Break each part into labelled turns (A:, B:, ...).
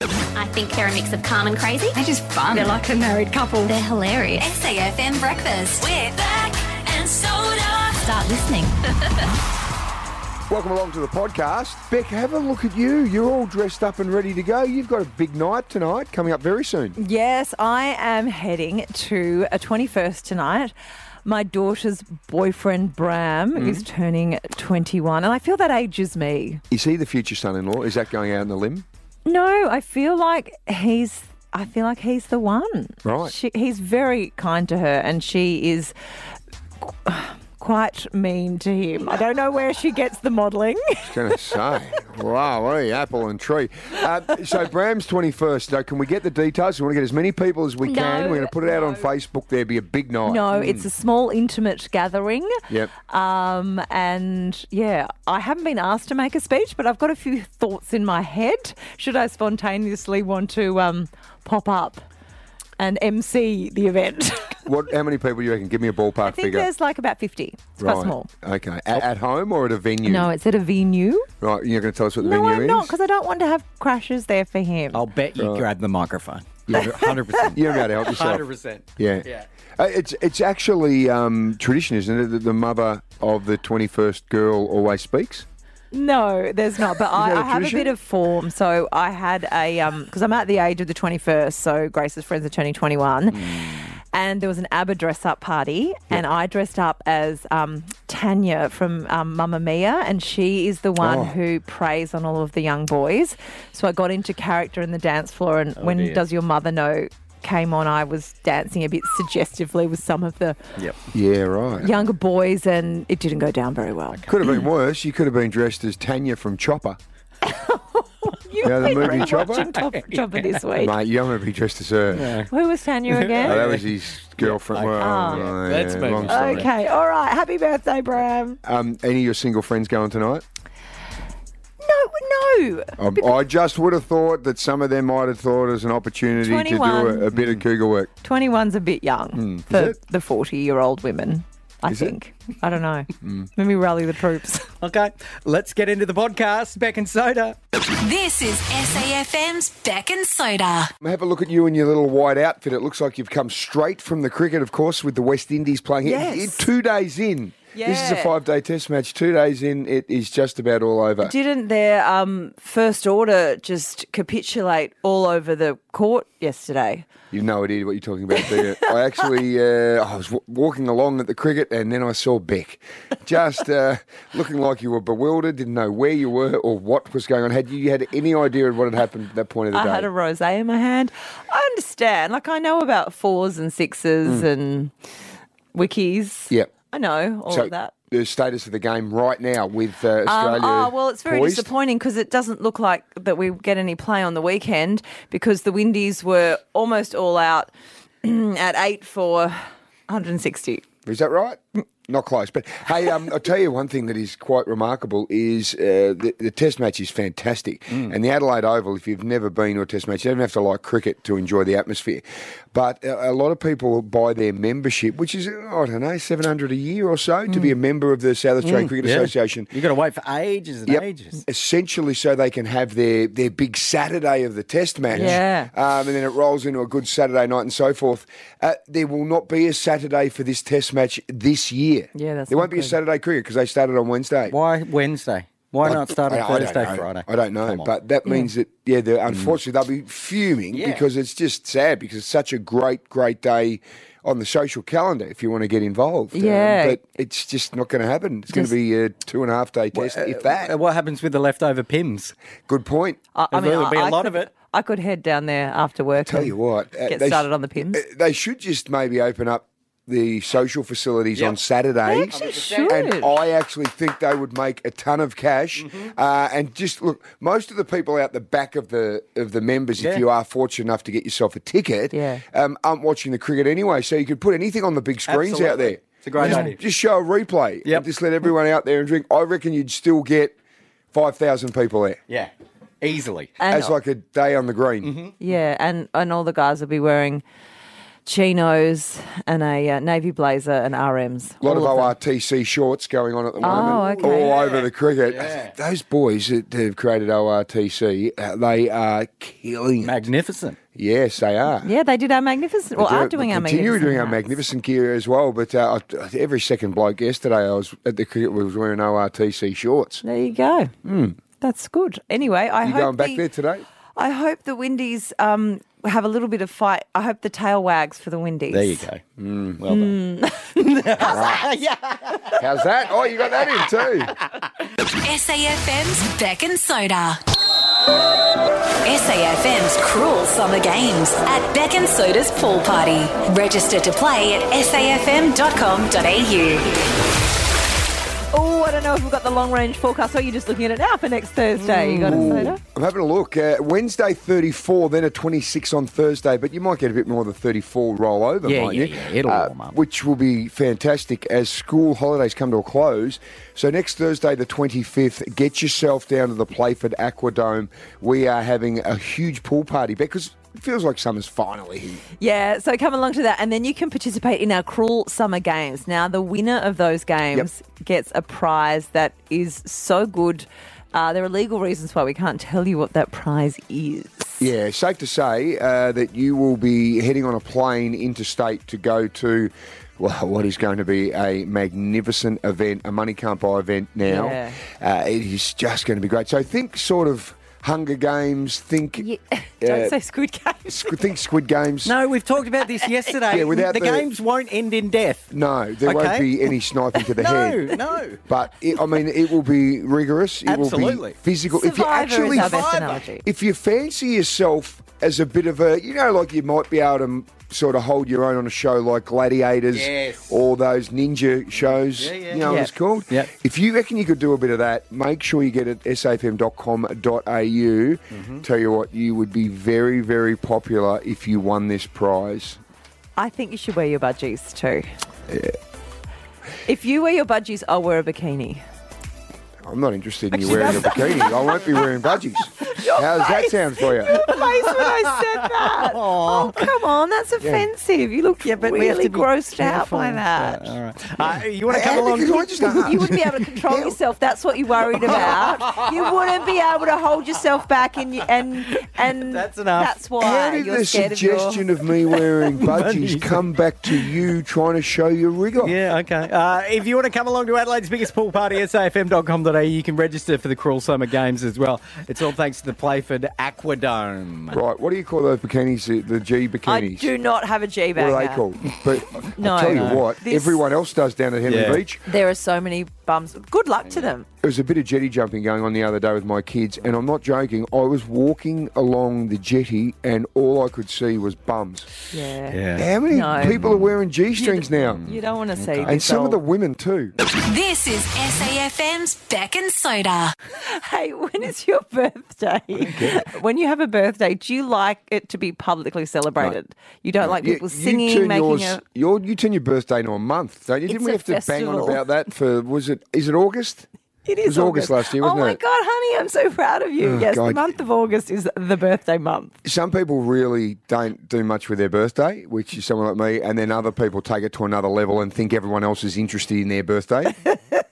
A: I think they're a mix of calm and crazy.
B: They're just fun.
A: They're like a married couple.
B: They're hilarious.
A: SAFM Breakfast.
C: We're back and soda.
B: Start listening.
D: Welcome along to the podcast. Beck, have a look at you. You're all dressed up and ready to go. You've got a big night tonight coming up very soon.
E: Yes, I am heading to a 21st tonight. My daughter's boyfriend, Bram, is turning 21, and I feel that ages me.
D: Is he the future son in law? Is that going out on the limb?
E: No, I feel like he's. I feel like he's the one.
D: Right.
E: She, he's very kind to her, and she is qu- quite mean to him. I don't know where she gets the modelling.
D: I was going to say. wow, hey, apple and tree. Uh, so, Bram's 21st. Now, can we get the details? We want to get as many people as we can.
E: No,
D: We're going to put it out on Facebook. There'll be a big night.
E: No, it's a small, intimate gathering.
D: hmm. Yep.
E: Um, and yeah, I haven't been asked to make a speech, but I've got a few thoughts in my head. Should I spontaneously want to um, pop up and MC the event?
D: What? How many people do you reckon? Give me a ballpark
E: I think
D: figure.
E: there's like about 50. It's quite
D: Right.
E: small.
D: Okay. At, at home or at a venue?
E: No, it's at a venue.
D: Right. You're going to tell us what the
E: No,
D: venue
E: I'm
D: is?
E: not, because I don't want to have crashes there for him.
F: I'll bet
D: Uh,
F: you grab the microphone. Hundred percent.
D: You're going to help yourself.
F: Hundred percent.
D: Yeah.
F: Yeah.
D: Uh, it's it's actually um, tradition, isn't it? That the mother of the 21st girl always speaks.
E: No, there's not. But I,
D: that a
E: I have a
D: tradition?
E: bit of form. So I had a um because I'm at the age of the 21st. So Grace's friends are turning 21,
D: Hmm.
E: and there was an ABBA dress up party, and I dressed up as um, Tanya from um, Mamma Mia, and she is the one
D: Oh.
E: who preys on all of the young boys. So I got into character in the dance floor,
D: Oh,
E: and when
F: dear.
E: does your mother know? Came on, I was dancing a bit suggestively with some of the
F: Yep.
D: Yeah, right.
E: younger boys, and it didn't go down very well.
D: Could have been worse. You could have been dressed as Tanya from Chopper.
E: You've
D: Yeah, the
E: been
D: movie Chopper?
E: rewatching Top- Chopper this week.
D: Mate, you don't want to be dressed as her.
E: Who was Tanya
D: Oh,
E: again?
D: that was his girlfriend. Well,
F: Yeah, oh. let's
D: yeah,
F: move
D: long
F: on.
D: story.
F: Okay.
E: Okay, all right. Happy birthday, Bram.
D: Um, any of your single friends going tonight?
E: No, no.
D: Um, I just would have thought that some of them might have thought it was an opportunity to
E: 21.
D: do a, a bit of cougar work.
E: 21's a bit young for the 40 year old women, I
D: Hmm, Is it? Hmm.
E: think. I don't know. Let me rally the troops.
F: Okay. Let's get into the podcast. Beck and soda.
C: This is SAFM's Beck and Soda.
D: Have a look at you in your little white outfit. It looks like you've come straight from the cricket, of course, with the West Indies playing. here.
E: Yes.
D: It- Two days in. This is a
E: Yeah.
D: five day test match. Two days in, it is just about all over.
E: Didn't their um, first order just capitulate all over the court yesterday?
D: You have no idea what you're talking about, do you? I actually, uh, I was w- walking along at the cricket and then I saw Beck. Just uh, looking like you were bewildered, didn't know where you were or what was going on. Had you had any idea of what had happened at that point of the
E: I
D: day?
E: had a rose in my hand. I understand. Like, I know about fours and
D: Hmm.
E: sixes and wikis.
D: Yep.
E: I know all of that.
D: The status of the game right now with uh, Australia.
E: Um, oh, well, it's very
D: poised.
E: disappointing because it doesn't look like that we get any play on the weekend because the Windies were almost all out at 8 for 160.
D: Is that right? Not close, but hey, um, I'll tell you one thing that is quite remarkable is uh, the, the Test match is fantastic, and the Adelaide Oval. If you've never been to a Test match, you don't have to like cricket to enjoy the atmosphere. But a, a lot of people buy their membership, which is I don't know, seven hundred a year or so, to be a member of the South
F: Mm,
D: Australian Cricket Association.
F: You got to wait for ages and ages.
D: Essentially, so they can have their, their big Saturday of the test match.
E: Yeah.
D: Um, and then it rolls into a good Saturday night and so forth. Uh, there will not be a Saturday for this test match this year.
E: Yeah, that's
D: There won't
E: not
D: be a
E: good.
D: Saturday cricket because they started on Wednesday.
F: Why Wednesday? Why not start on
D: I- I don't
F: Thursday,
D: know.
F: Friday?
D: I don't know,
F: Come on. Mm.
D: but that means that yeah, they're, unfortunately they'll be fuming
F: Yeah.
D: because it's just sad because it's such a great, great day on the social calendar if you want to get involved. Um,
E: Yeah.
D: but it's just not going to happen. It's going to
E: Just-
D: be a two and a half day test, if that.
F: Uh, what happens with the leftover pims?
D: Good point.
E: I, I
F: There'll
E: mean, I-
F: be a
E: I
F: lot
E: could,
F: of it.
E: I could head down there after work.
D: Tell
E: and
D: you what, uh,
E: Get
D: they sh-
E: started on the pins.
D: uh, They should just maybe open up the social facilities
F: Yep.
D: on Saturday.
E: They actually should.
D: And I actually think they would make a ton of cash.
F: Mm-hmm.
D: Uh, and just look, most of the people out the back of the of the members, if
F: Yeah.
D: you are fortunate enough to get yourself a ticket,
E: Yeah.
D: um, aren't watching the cricket anyway. So you could put anything on the big screens out
F: Absolutely.
D: there.
F: It's a great
D: just,
F: idea.
D: Just show a replay.
F: Yep.
D: And just let everyone out there and drink. I reckon you'd still get five thousand people there.
F: Yeah, easily.
E: And-
F: Mm-hmm.
D: As like a day on the green.
E: yeah, and, and all the guys will be wearing chinos and a uh, navy blazer and RMs.
D: A lot of
E: All them. Oh,
D: ORTC shorts going on at the moment,
E: okay.
D: all over the cricket. Those boys that have created ORTC, uh, they are killing. it.
F: Magnificent.
D: yes, they are.
E: Yeah, they did our magnificent. Well,
D: They do-
E: are
D: they
E: doing our
D: continue
E: magnificent.
D: doing our
E: hats.
D: magnificent gear as well. But uh, I- every second bloke yesterday, I was at the cricket was wearing ORTC shorts.
E: There you go. That's good. Anyway, I
D: Hmm. You
E: hope
D: going back
E: the,
D: there today?
E: I hope the Windies um, have a little bit of fight. I hope the tail wags for the Windies.
F: There you go. Mm, Well done.
D: How's that? Oh, you got that in too.
C: SAFM's Beck and Soda. SAFM's Cruel Summer Games at Beck and Soda's Pool Party. Register to play at safm.com.au.
E: Oh, I don't know if we've got the long range forecast. Or you're just looking at it now for next Thursday. You got it, Soda?
D: I'm having a look. Uh, Wednesday 34, then a 26 on Thursday, but you might get a bit more of the 34 roll over,
F: Yeah,
D: might
F: yeah,
D: you? Uh,
F: yeah. It'll warm up.
D: Which will be fantastic as school holidays come to a close. So next Thursday, the 25th, get yourself down to the Playford Aquadome. We are having a huge pool party because it feels like summer's finally here.
E: Yeah, so come along to that. And then you can participate in our Cruel Summer Games. Now, the winner of those games gets a prize that is so good. Uh, there are legal reasons why we can't tell you what that prize is.
D: Yeah, safe to say uh, that you will be heading on a plane interstate to go to. Well, what is going to be a magnificent event, a money can't buy event now.
E: Yeah.
D: Uh, it is just going to be great. So think sort of Hunger Games, think
E: Don't
D: uh,
E: say Squid Games.
D: squ- think Squid Games.
F: No, we've talked about this yesterday.
D: Yeah, without
F: the,
D: the-
F: games won't end in death.
D: No, there won't
F: Okay.
D: be any sniping to the
F: No,
D: head.
F: no.
D: But it, I mean, it will be rigorous. It will
F: Absolutely.
D: be physical. if you
E: Survivor
D: actually
E: is our best
F: Survivor.
E: analogy.
D: if you fancy yourself as a bit of a, you know, like you might be able to mm, sort of hold your own on a show like Gladiators
F: Yes.
D: or those ninja shows,
F: Yeah, yeah.
D: you know
E: Yeah.
D: what it's called?
F: Yeah.
D: If you reckon you could do a bit of that, make sure you get it at safm.com.au.
F: Mm-hmm.
D: Tell you what, you would be very, very popular if you won this prize.
E: I think you should wear your budgies too. If you wear your budgies, I'll wear a bikini.
D: I'm not interested in you wearing a bikini. I won't be wearing budgies. How does that sound for you?
E: The place when I said that. Oh, come on, that's offensive. You looked really grossed out by that.
F: All right. Uh, you want to come
D: How
F: along?
D: can I just ask?
E: You wouldn't be able to control yourself. That's what you're worried about. You wouldn't be able to hold yourself back, and you- and and
F: That's enough.
E: That's why
D: How did
E: you're
D: the
E: scared
D: suggestion of, me wearing budgies
F: Budgies.
D: come back to you trying to show your rigor?
F: Yeah, okay. Uh, if you want to come along to Adelaide's biggest pool party, safm.com.au, you can register for the Cruel Summer Games as well. It's all thanks to the Playford Aquadome.
D: Right, what do you call those bikinis? The, the G
E: of your. I
D: bikinis?
E: do not have a G
D: What
E: bag.
D: are they
E: now.
D: called? But
E: No,
D: I'll tell you
E: no.
D: what,
E: This-
D: everyone else does down at Henry
F: Yeah.
D: Beach.
E: There are so many bums. Good luck to them.
D: There was a bit of jetty jumping going on the other day with my kids, and I'm not joking. I was walking along the jetty, and all I could see was bums.
E: Yeah.
D: How many
E: No.
D: people are wearing G strings now?
E: You don't want to see.
D: And
E: this
D: some of
E: old-
D: the women too.
C: This is SAFM's Beck and Soda.
E: Hey, when is your birthday? When you have a birthday, do you like it to be publicly celebrated? You don't like
D: You-
E: people
D: you
E: singing,
D: turn
E: making
D: yours-
E: a.
D: your- you turn your birthday into a month, don't you? Didn't
E: It's
D: we
E: a
D: have to bang on
E: festival.
D: about that for was it is it August?
E: It is
D: was August last year, wasn't
E: oh my
D: it? Oh,
E: God, honey, I'm so proud of you. yes, the
D: God.
E: month of August is the birthday month.
D: Some people really don't do much with their birthday, which is someone like me, and then other people take it to another level and think everyone else is interested in their birthday.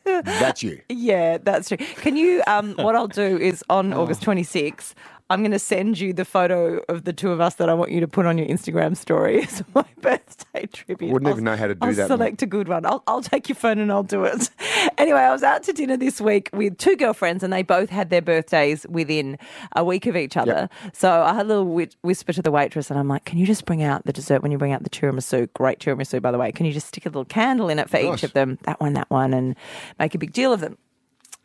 D: That's you.
E: Yeah, that's true. Can you? Um, what I'll do is on
D: Oh.
E: August 26th, I'm going to send you the photo of the two of us that I want you to put on your Instagram story as my birthday tribute.
D: Wouldn't
E: I'll-
D: even know how to do
E: I'll
D: that, mate.
E: Select a good one. I'll, I'll take your phone and I'll do it. Anyway, I was out to dinner this week with two girlfriends, and they both had their birthdays within a week of each other. So I had a little whi- whisper to the waitress, and I'm like, "Can you just bring out the dessert when you bring out the tiramisu? Great tiramisu, by the way. Can you just stick a little candle in it for
D: Nice.
E: each of them? That one, that one, and make a big deal of them."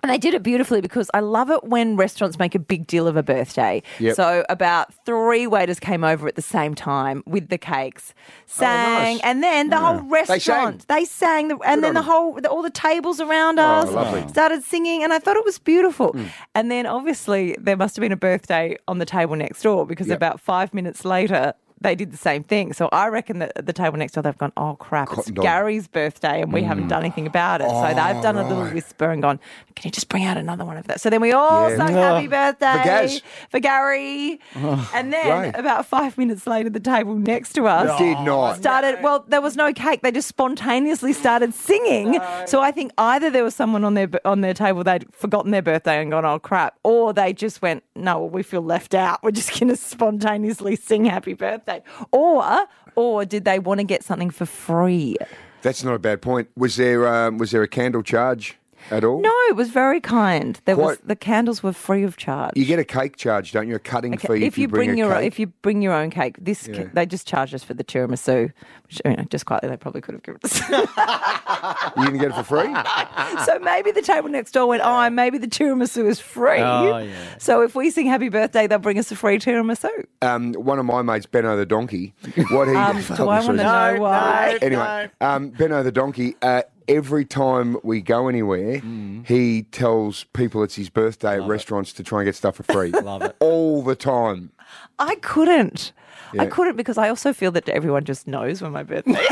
E: And they did it beautifully because I love it when restaurants make a big deal of a birthday.
D: Yep.
E: So about three waiters came over at the same time with the cakes, sang,
D: Oh, nice.
E: and then the whole
D: They sang.
E: restaurant they sang, the, and then
D: on
E: the
D: them.
E: whole the, all the tables around us
D: lovely. Mm.
E: started singing, and I thought it was beautiful. And then obviously there must have been a birthday on the table next door because
D: Yep.
E: about five minutes later. they did the same thing. So I reckon that at the table next door, they've gone, oh crap, it's
D: Cotton dog.
E: Gary's birthday and we haven't done anything about it. so
D: Oh,
E: they've done a little whisper and gone, can you just bring out another one of that? So then we all
D: Yeah.
E: sang
F: Ah.
E: happy birthday
D: For Oh, Gaz.
E: for Gary. and then
D: Right.
E: about five minutes later, the table next to us.
D: Did not.
E: Started well. There was no cake. They just spontaneously started singing. So I think either there was someone on their on their table they'd forgotten their birthday and gone, "Oh crap," or they just went, "No, well, we feel left out. We're just going to spontaneously sing Happy Birthday." Or or did they want to get something for free?
D: That's not a bad point. Was there um, was there a candle charge at all?
E: No, it was very kind. There was
D: Quite-
E: the candles were free of charge.
D: You get a cake charge, don't you? A cutting
E: Okay,
D: fee if, you bring,
E: your
D: a
E: own,
D: cake.
E: if you bring your own cake, this ca-
D: Yeah.
E: they just charged us for the tiramisu, which you know, just quietly they probably could have given us.
D: you can get it for free.
E: so maybe the table next door went, oh, maybe the tiramisu is free.
F: Oh, yeah.
E: So if we sing happy birthday, they'll bring us a free tiramisu.
D: um, one of my mates, Benno the donkey, what he
E: Um, do I want to know why?
D: anyway, um, Benno the donkey. Uh, every time we go anywhere, he tells people it's his birthday at restaurants to try and get stuff for free. Love
F: it.
D: all the time.
E: I couldn't. I
D: Yeah.
E: couldn't because I also feel that everyone just knows when my birthday is.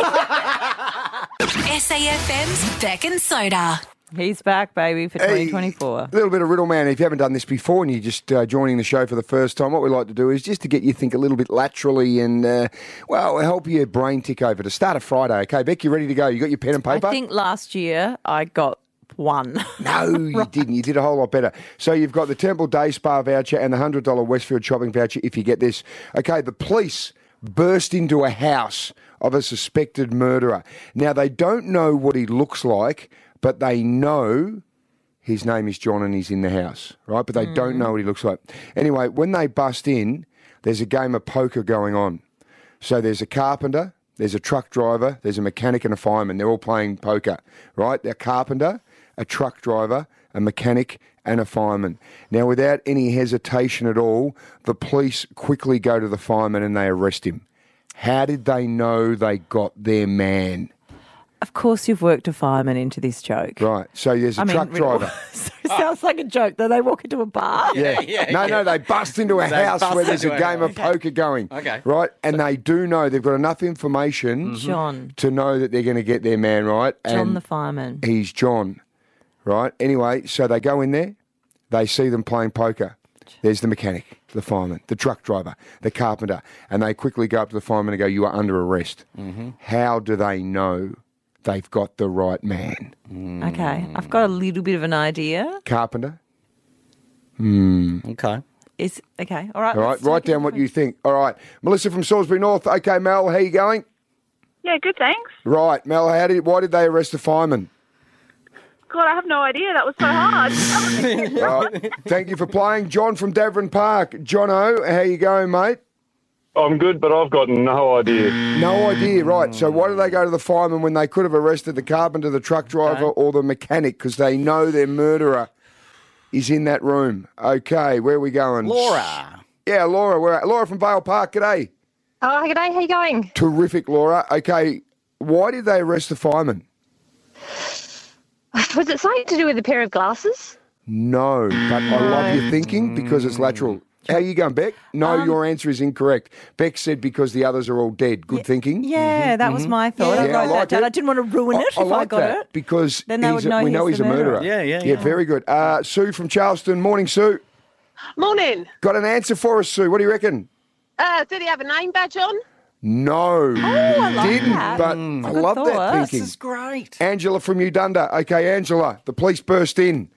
C: SAFM's Beck and Soda.
E: He's back, baby, for
D: Hey,
E: 2024.
D: A little bit of riddle man. If you haven't done this before and you're just uh, joining the show for the first time, what we like to do is just to get you think a little bit laterally and uh, well, help your brain tick over to start a Friday. Okay, Beck, you ready to go? You got your pen and paper?
E: I think last year I got one.
D: No, you didn't. You did a whole lot better. So you've got the Temple Day Spa voucher and the $100 Westfield shopping voucher if you get this. Okay, the police burst into a house of a suspected murderer. Now, they don't know what he looks like, but they know his name is John and he's in the house, right? But they don't know what he looks like. Anyway, when they bust in, there's a game of poker going on. So there's a carpenter, there's a truck driver, there's a mechanic and a fireman. They're all playing poker, right? A carpenter, a truck driver, a mechanic, and a fireman. Now, without any hesitation at all, the police quickly go to the fireman and they arrest him. How did they know they got their man?
E: of course, you've worked a fireman into this joke.
D: Right. So there's a
E: I mean,
D: truck
E: riddle.
D: driver.
E: so it sounds like a joke, though. They walk into a bar.
D: Yeah. no, no, they bust into a
F: They
D: house
F: bust
D: where there's a
F: into a
D: game of poker going.
F: Okay.
D: Right? And they do know they've got enough information
E: John.
D: to know that they're going to get their man right.
E: Mm-hmm. John
D: and
E: the fireman.
D: he's John, right? Anyway, so they go in there, they see them playing poker. There's the mechanic, the fireman, the truck driver, the carpenter, and they quickly go up to the fireman and go, "You are under arrest." How do they know they've got the right man? Mm.
E: Okay, I've got a little bit of an idea.
D: Carpenter.
F: Okay.
E: Is okay, all right.
D: All right,
E: let's
D: write
E: take it
D: down what
E: from-
D: you think. All right, Melissa from Salisbury North. Okay, Mel, how you going?
B: Yeah, good, thanks.
D: Right, Mel, how did? Why did they arrest the fireman?
B: God, I have no idea. That was so hard.
D: Thank you for playing, John from Davern Park. Jono, how you going, mate?
G: I'm good, but I've got no idea.
D: No idea, right? So why do they go to the fireman when they could have arrested the carpenter, the truck driver, or the mechanic? Because they know their murderer is in that room. Okay, where are we going?
F: Laura.
D: Yeah, Laura. Where? Laura from Vale Park. G'day.
H: Oh, g'day. How you going?
D: Terrific, Laura. Okay, why did they arrest the fireman?
H: Was it something to do with a pair of glasses?
D: No, but I love your thinking because it's lateral. How you going, Beck? No, your answer is incorrect. Beck said because the others are all dead. Good thinking.
E: Yeah, that was my thought. I
D: Mm-hmm, Yeah, I
E: wrote
D: like
E: that down.
D: it.
E: I didn't want to ruin it if I
D: like
E: got
D: that
E: it.
D: because
E: Then they would
D: he's a-
E: know
D: we
E: he's
D: know he's
E: the
D: a murderer.
E: murderer.
F: Yeah, yeah,
D: yeah.
F: yeah.
D: very good. Uh, Sue from Charleston. Morning, Sue.
B: Morning.
D: Got an answer for us, Sue. What do you reckon?
B: Uh, did he have a name badge on?
D: No,
E: Oh, I like
D: didn't.
E: that.
D: But I
E: good
D: love
E: thought.
D: that
E: This
D: thinking.
F: This is great.
D: Angela from Udunda. Okay, Angela. The police burst in.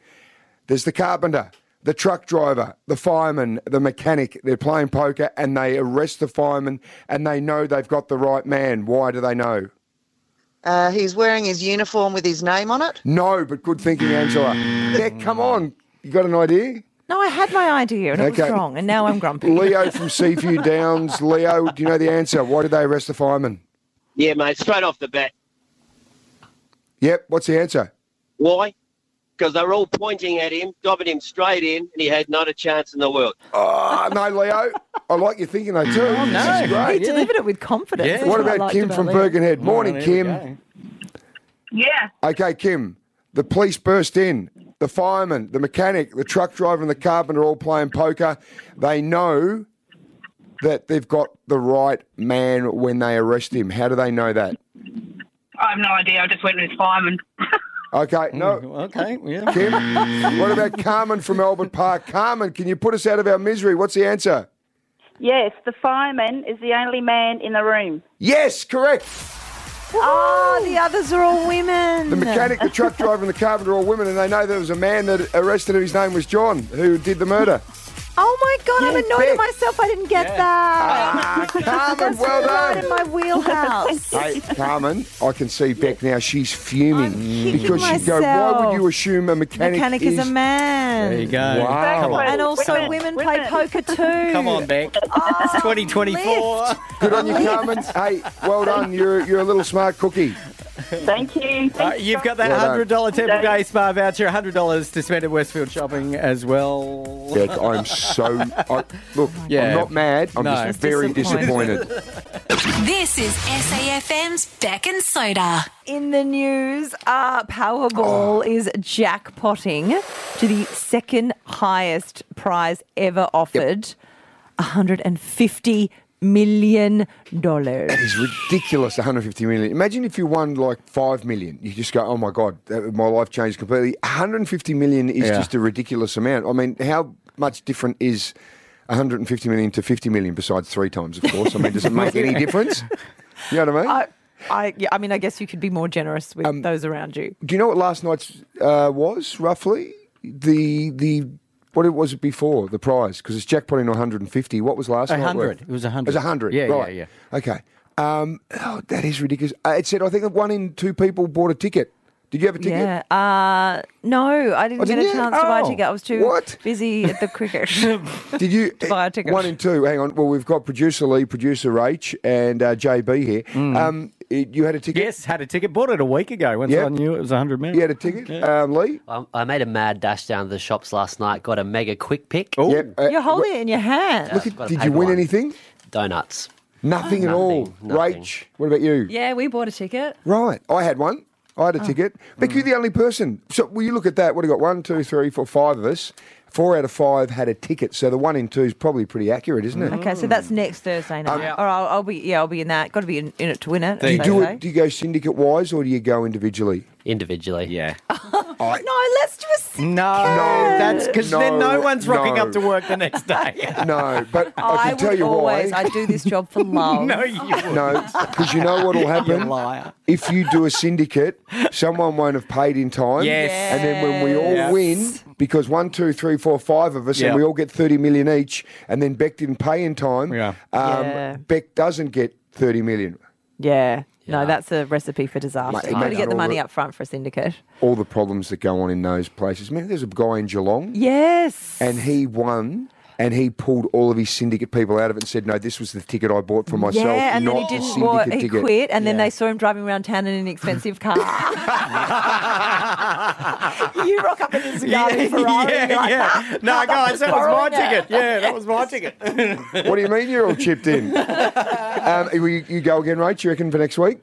D: There's the carpenter, the truck driver, the fireman, the mechanic. They're playing poker and they arrest the fireman and they know they've got the right man. Why do they know?
I: Uh, he's wearing his uniform with his name on it.
D: No, but good thinking, Angela. Yeah, come on. You got an idea?
E: No, I had my idea and it was
D: Okay.
E: wrong, and now I'm grumpy.
D: Leo from Seaview Downs. Leo, do you know the answer? Why did they arrest the fireman?
J: Yeah, mate, straight off the bat.
D: Yep, what's the answer?
J: Why? Because they were all pointing at him, dobbing him straight in, and he had not a chance in the world.
D: Oh, no, Leo. I like your thinking, though, too. Oh,
F: no.
D: This is great.
E: He delivered it with confidence.
F: Yeah.
E: is
D: What
E: I
D: about
E: liked
D: Kim from
E: about Leo.
D: Bergenhead? Morning,
F: Well, here we
D: Kim.
B: Yeah.
D: Okay, Kim. The police burst in. The fireman, the mechanic, the truck driver, and the carpenter all playing poker. They know that they've got the right man when they arrest him? How do they know that?
B: I have no idea. I just went with Simon.
D: Okay,
F: Mm-hmm.
D: no.
F: Okay, yeah.
D: Kim, what about Carmen from Albert Park? Carmen, can you put us out of our misery? What's the answer?
B: yes, the fireman is the only man in the room.
D: Yes, correct.
E: Oh, the others are all women.
D: The mechanic, the truck driver, and the carpenter are all women, and they know there was a man that arrested him. His name was John, who did the murder.
E: Oh my god, I'm annoyed
D: Beck.
E: at myself. I didn't get that.
D: Ah, Carmen, well
E: right in
D: done.
E: my wheelhouse.
D: Hey, Carmen, I can see Beck now. She's fuming
E: kicking
D: because she'd go, Why would
E: myself.
D: you assume a mechanic,
E: mechanic is a man.
F: There you go.
D: Wow.
F: Come on,
E: And also,
B: Women,
E: women, play
B: women.
E: poker too.
F: come on, Beck.
D: Oh,
F: it's 2024.
D: Good on you, Carmen. Hey, well done. You're, you're a little smart cookie.
B: Thank you.
F: All right, Uh, you've got that
D: Well done.
F: hundred dollar Temple Day Spa voucher, hundred dollars to spend at Westfield shopping as well.
D: Beck, I'm so. I, look,
F: Yeah.
D: I'm not mad. I'm
F: No.
D: just
F: Just
D: very
E: disappointed.
D: disappointed.
C: This is SAFM's Beck and Soda.
E: In the news, uh,
F: Ah.
E: Powerball is jackpotting to the second highest prize ever offered $150 million.
D: It's ridiculous, 150 million. Imagine if you won like 5 million. You just go, oh my God, that, my life changed completely. 150 million is
F: Yeah.
D: just a ridiculous amount. I mean, how much different is 150 million to 50 million besides three times, of course? I mean, does it make any difference? You know what I mean?
E: I, I, yeah, I mean, I guess you could be more generous with
F: Um,
E: those around you.
D: Do you know what last night's uh, was roughly? The the what it was it before the prize because it's jackpotting 150. What was last
F: A
D: night?
F: hundred.
D: worth?
F: It was a hundred.
D: It was 100.
F: Yeah, yeah,
D: right.
F: yeah.
D: Okay. Um, oh, that is ridiculous. Uh, it said I think that one in two people bought a ticket. Did you have a ticket?
E: Yeah. Uh, no, I didn't
D: Oh,
E: get a
D: didn't you?
E: chance to buy a
F: Oh.
E: ticket. I was too
D: What?
E: busy at the cricket.
D: Did you
E: buy a ticket.
D: One and two. Hang on. Well, we've got producer Lee, producer Rach, and uh, JB here. Um, it- you had a ticket.
F: Mm. Yes, had a ticket, bought it a week ago. Once
D: Yeah.
F: I knew it was hundred million.
D: You had a ticket, um, Lee.
K: I, I made a mad dash down to the shops last night, got a mega quick pick.
F: Ooh.
D: Yep. Uh,
E: You're holding it in your hand.
K: Yeah.
D: look
K: Got
D: at,
K: a
D: did you
K: paper
D: win
K: one.
D: anything?
K: Donuts.
D: Nothing at all.
K: Nothing, nothing.
D: Rach, what about you?
K: Yeah, we bought a ticket.
D: Right. I had one. I
E: Oh.
D: had a ticket. Beck,
E: Hmm.
D: you're the only person. So will you look at that? What have you got? One, two, three, four, five of us. Four out of five had a ticket. So the one in two is probably pretty accurate, isn't it?
E: Okay, so that's next Thursday night. Or I'll, I'll be, yeah, I'll be in that. Got to be in, in it to win it.
D: Do Um, you
E: they
D: do
E: say.
D: it? Do you go syndicate wise or do you go individually?
K: Individually.
F: Yeah.
E: No, let's do a
D: Mm,
E: secret.
F: No, that's because then
D: No,
F: no one's rocking
D: no.
F: up to work the next day.
D: No, but I
E: I
D: can tell
E: would
D: you
E: always.
D: why.
E: I do this job for love.
F: no, you wouldn't.
D: No, because you know what will happen?
F: liar.
D: If you do a syndicate, someone won't have paid in time.
F: Yes.
D: And then when we all
F: Yes.
D: win, because one, two, three, four, five of us,
F: Yeah.
D: and we all get 30 million each, and then Beck didn't pay in time,
F: Yeah.
D: Um,
E: Yeah.
D: Beck doesn't get 30 million.
E: Yeah. No,
K: Yeah.
E: that's a recipe for disaster.
D: Mate,
E: You've got to
D: imagine
E: get the
D: all
E: money
D: the-
E: up front for a syndicate.
D: All the problems that go on in those places. Man, there's a guy in Geelong,
E: Yes.
D: and he won. And he pulled all of his syndicate people out of it and said, "No, this was the ticket I bought for myself,
E: yeah, and
D: not
E: then he
D: the
E: didn't.
D: syndicate
E: Well, he
D: ticket."
E: quit, and then they saw him driving around town in an expensive car. you rock up in this
F: Yeah,
E: Ferrari.
F: yeah, yeah. No, guys, that was my
E: borrowing it.
F: ticket. Yeah, that was my ticket.
D: What do you mean you're all chipped in? um, will you, you go again, Rach? You reckon for next week?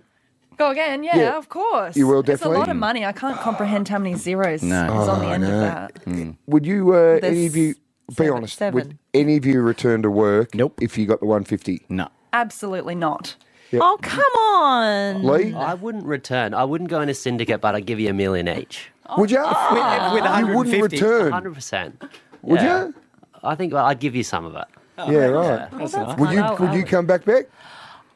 B: Go again, yeah,
D: Yeah.
B: of course.
D: You will definitely.
B: It's a lot of money. I can't comprehend how many zeros is
F: Oh.
B: on the end of that.
D: Would you? Uh,
E: There's
D: any of you? be
E: seven-
D: honest. Would
E: seven.
D: any of you return to work?
F: Nope.
D: If you got the one fifty,
F: No.
B: Absolutely not.
E: Oh come on!
D: Lee,
L: Mm.
K: I wouldn't return. I wouldn't go in a syndicate, but I'd give you a million each.
D: would you?
F: With
D: you wouldn't
F: 150.
D: return,
K: 100%.
D: would
K: Yeah.
D: you?
K: I think well, I'd give you some of it.
F: Oh,
D: yeah, right. Would you? Would you come back, back?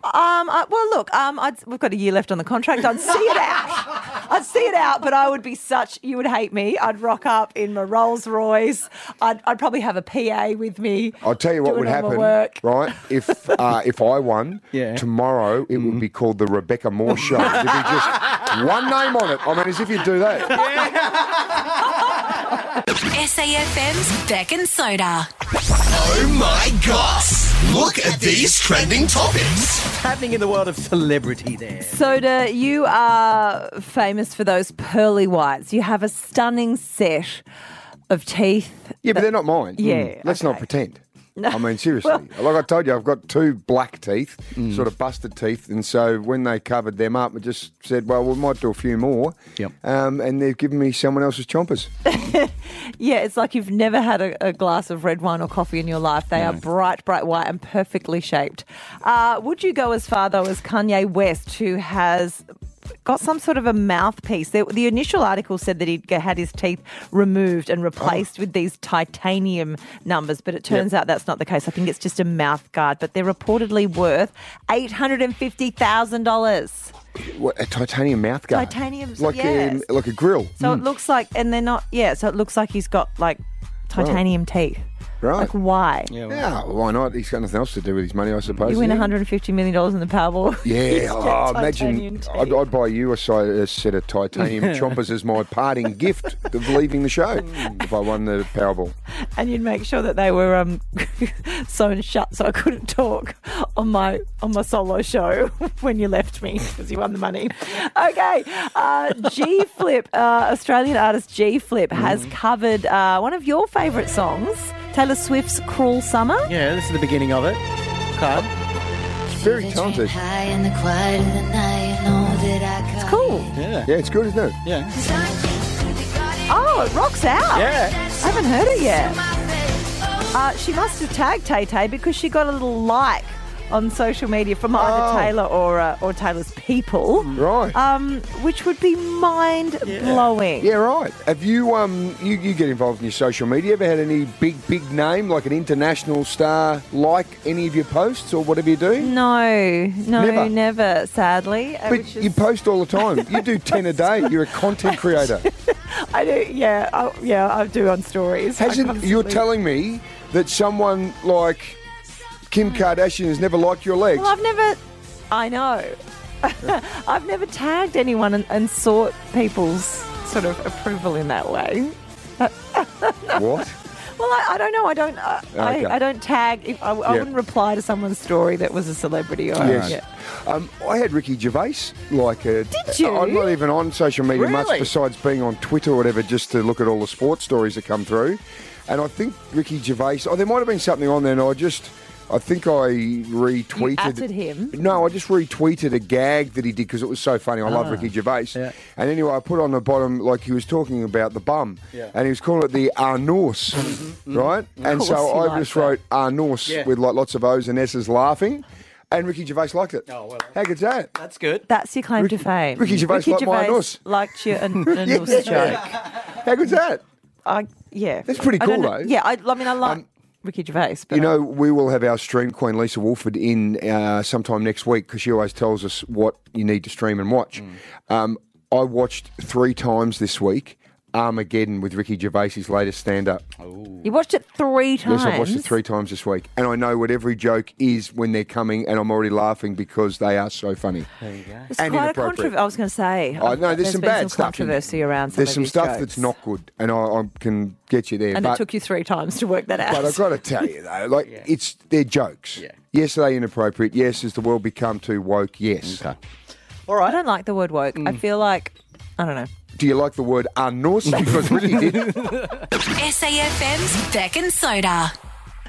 E: Um, I, well, look, um, I'd, we've got a year left on the contract. I'd see it out. I'd see it out, but I would be such. You would hate me. I'd rock up in my Rolls Royce. I'd, I'd probably have a PA with me.
D: I'll tell you what
E: doing
D: would
E: all my
D: happen,
E: work.
D: right? If uh, if I won
F: Yeah.
D: tomorrow, it would be called the Rebecca Moore Show. There'd be just one name on it. I mean, as if you'd do that.
C: SAFM's Beck and Soda.
M: Oh my gosh! Look at these trending topics.
F: happening in the world of celebrity there?
E: Soda, you are famous for those pearly whites. You have a stunning set of teeth.
D: Yeah, but they're not mine. Hmm.
E: Yeah,
D: Let's not
E: okay.
D: pretend. I mean, seriously. like I told you, I've got two black teeth,
E: Hmm.
D: sort of busted teeth, and so when they covered them up, I just said, "Well, we might do a few more."
F: Yep.
D: Um, and they've given me someone else's chompers.
E: Yeah, it's like you've never had a, a glass of red wine or coffee in your life. They are
N: No.
E: bright, bright white and perfectly shaped. Uh, would you go as far, though, as Kanye West, who has got some sort of a mouthpiece? The, the initial article said that he'd g- had his teeth removed and replaced with these titanium numbers, but it turns out that's not the case. I think it's just a mouth guard, but they're reportedly worth $850,000.
D: What, a titanium mouth guard.
E: Titanium,
D: like
E: yes.
D: a like a grill.
E: So it looks like, and they're not, yeah, so it looks like he's got like titanium teeth.
D: right.
E: Like, why?
D: yeah, why not? He's got nothing else to do with his money, I suppose.
E: You win
D: Yeah.
E: $150 million in the Powerball.
D: Yeah,
E: He's
D: oh,
E: got
D: imagine
E: titanium teeth.
D: I'd, I'd buy you a, si- a set of titanium chompers as my parting gift of leaving the show
E: Hmm.
D: if I won the Powerball.
E: And you'd make sure that they were um, sewn shut so I couldn't talk on my on my solo show when you left me because you won the money. Okay, uh, G Flip, uh, Australian artist G Flip has covered uh, one of your favourite songs, Taylor Swift's "Cruel Summer."
F: Yeah, this is the beginning of it. Card.
D: Very talented.
O: High in the quiet of the night, know that I It's
E: cool.
F: Yeah.
D: Yeah, it's good, isn't it?
F: Yeah.
E: Oh, it rocks out.
D: Yeah.
E: I haven't heard it yet. Uh, she must have tagged Tay Tay because she got a little like on social media from
D: Oh.
E: either Taylor or uh, or Taylor's people.
D: Right.
E: Um, which would be mind blowing.
D: Yeah, right. Have you um you, you get involved in your social media? Ever had any big big name like an international star like any of your posts or whatever you do?
E: Mm, No, no,
D: Never.
E: never, sadly. Uh,
D: But
E: which is-
D: you post all the time. You do ten a day. You're a content creator.
E: I do, yeah, I, yeah, I do on stories. I
D: Hasn't
E: constantly-
D: you're telling me that someone like Kim Kardashian has never liked your legs?
E: Well, I've never. I know. I've never tagged anyone and, and sought people's sort of approval in that way.
D: What?
E: Well, I, I don't know. I don't. uh, I,
D: Okay.
E: I, I don't tag. If, I, I
D: Yeah.
E: wouldn't reply to someone's story that was a celebrity or
D: Yes.
E: yeah.
D: Um, I had Ricky Gervais. Like, a,
E: Did you?
D: I'm not even on social media much
E: Really?
D: besides being on Twitter or whatever, just to look at all the sports stories that come through. And I think Ricky Gervais. Oh, there might have been something on there, and I just. I think I
E: You
D: retweeted.
E: atted him.
D: No, I just retweeted a gag that he did because it was so funny. I love
E: Ah.
D: Ricky Gervais. And anyway, I put on the bottom like he was talking about the bum,
M: Yeah.
D: and he was calling it the Arnorse,
E: Mm-hmm.
D: right?
M: Of
D: And so
M: course he
D: I
M: likes
D: just wrote Arnorse
F: Yeah.
D: uh, with like lots of O's and S's laughing, and Ricky Gervais liked it. Oh well, how good's that?
F: That's good.
E: That's your claim to fame.
D: Ricky Gervais liked my nose.
E: liked your an- an
D: Yeah.
E: nose joke.
D: How good's that?
E: I yeah.
D: That's pretty
E: I don't
D: cool,
E: know-
D: though. Um,
E: Yeah, I, I mean, I like Ricky Gervais, but
D: You know, we will have our stream queen Lisa Wolford in uh, sometime next week because she always tells us what you need to stream and watch. Um, I watched three times this week Armageddon with Ricky Gervais's latest stand-up.
E: you watched it three times.
D: Yes, I've watched it three times this week, and I know what every joke is when they're coming, and I'm already laughing because they are so funny. There you go.
E: It's
D: and
E: quite a
D: inappropriate.
E: controversy. I was going to say.
D: I know Oh, there's,
E: there's
D: some
E: been
D: bad
E: some
D: stuff. in-
E: Controversy around some
D: There's
E: of
D: some
E: his
D: stuff
E: jokes.
D: that's not good, and I, I can get you there.
E: And
D: but
E: it took you three times to work that out.
D: But I've got to tell you though, like it's they're jokes. Yes, are they inappropriate? Yes, has the world become too woke? Yes. Okay.
E: All right. I don't like the word woke.
D: Mm.
E: I feel like I don't know.
D: Do you like the word unnaughty? Because Ricky did.
C: SAFM's Beck and Soda.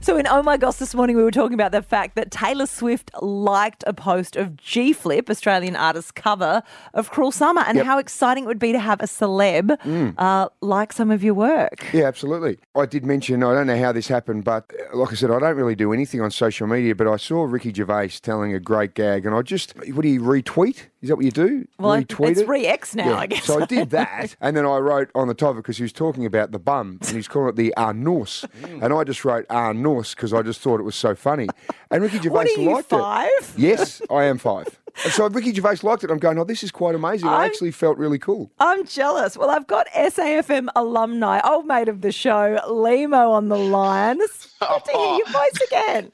E: So in Oh My Gosh this morning, we were talking about the fact that Taylor Swift liked a post of G Flip, Australian artist's cover of Cruel Summer, and
D: Yep. Mm.
E: how exciting it would be to have a celeb uh, like some of your work.
D: Yeah, absolutely. I did mention, I don't know how this happened, but uh, like I said, I don't really do anything on social media, but I saw Ricky Gervais telling a great gag, and I just, what do you retweet? Is that what you do?
E: Well, I-
D: retweet
E: it's
D: it?
E: re-X now, I guess.
D: So I did that, and then I wrote on the top of it because he was talking about the bum, and he's calling it the Arnorse, and I just wrote Arnorse because I just thought it was so funny. And Ricky Gervais
E: What are you,
D: liked
E: five?
D: it. Yes, I am five. And so Ricky Gervais liked it. I'm going, oh, this is quite amazing. I
E: I'm-
D: actually felt really cool.
E: I'm jealous. Well, I've got SAFM alumni, old mate of the show, Limo on the line. It's good to hear your voice again.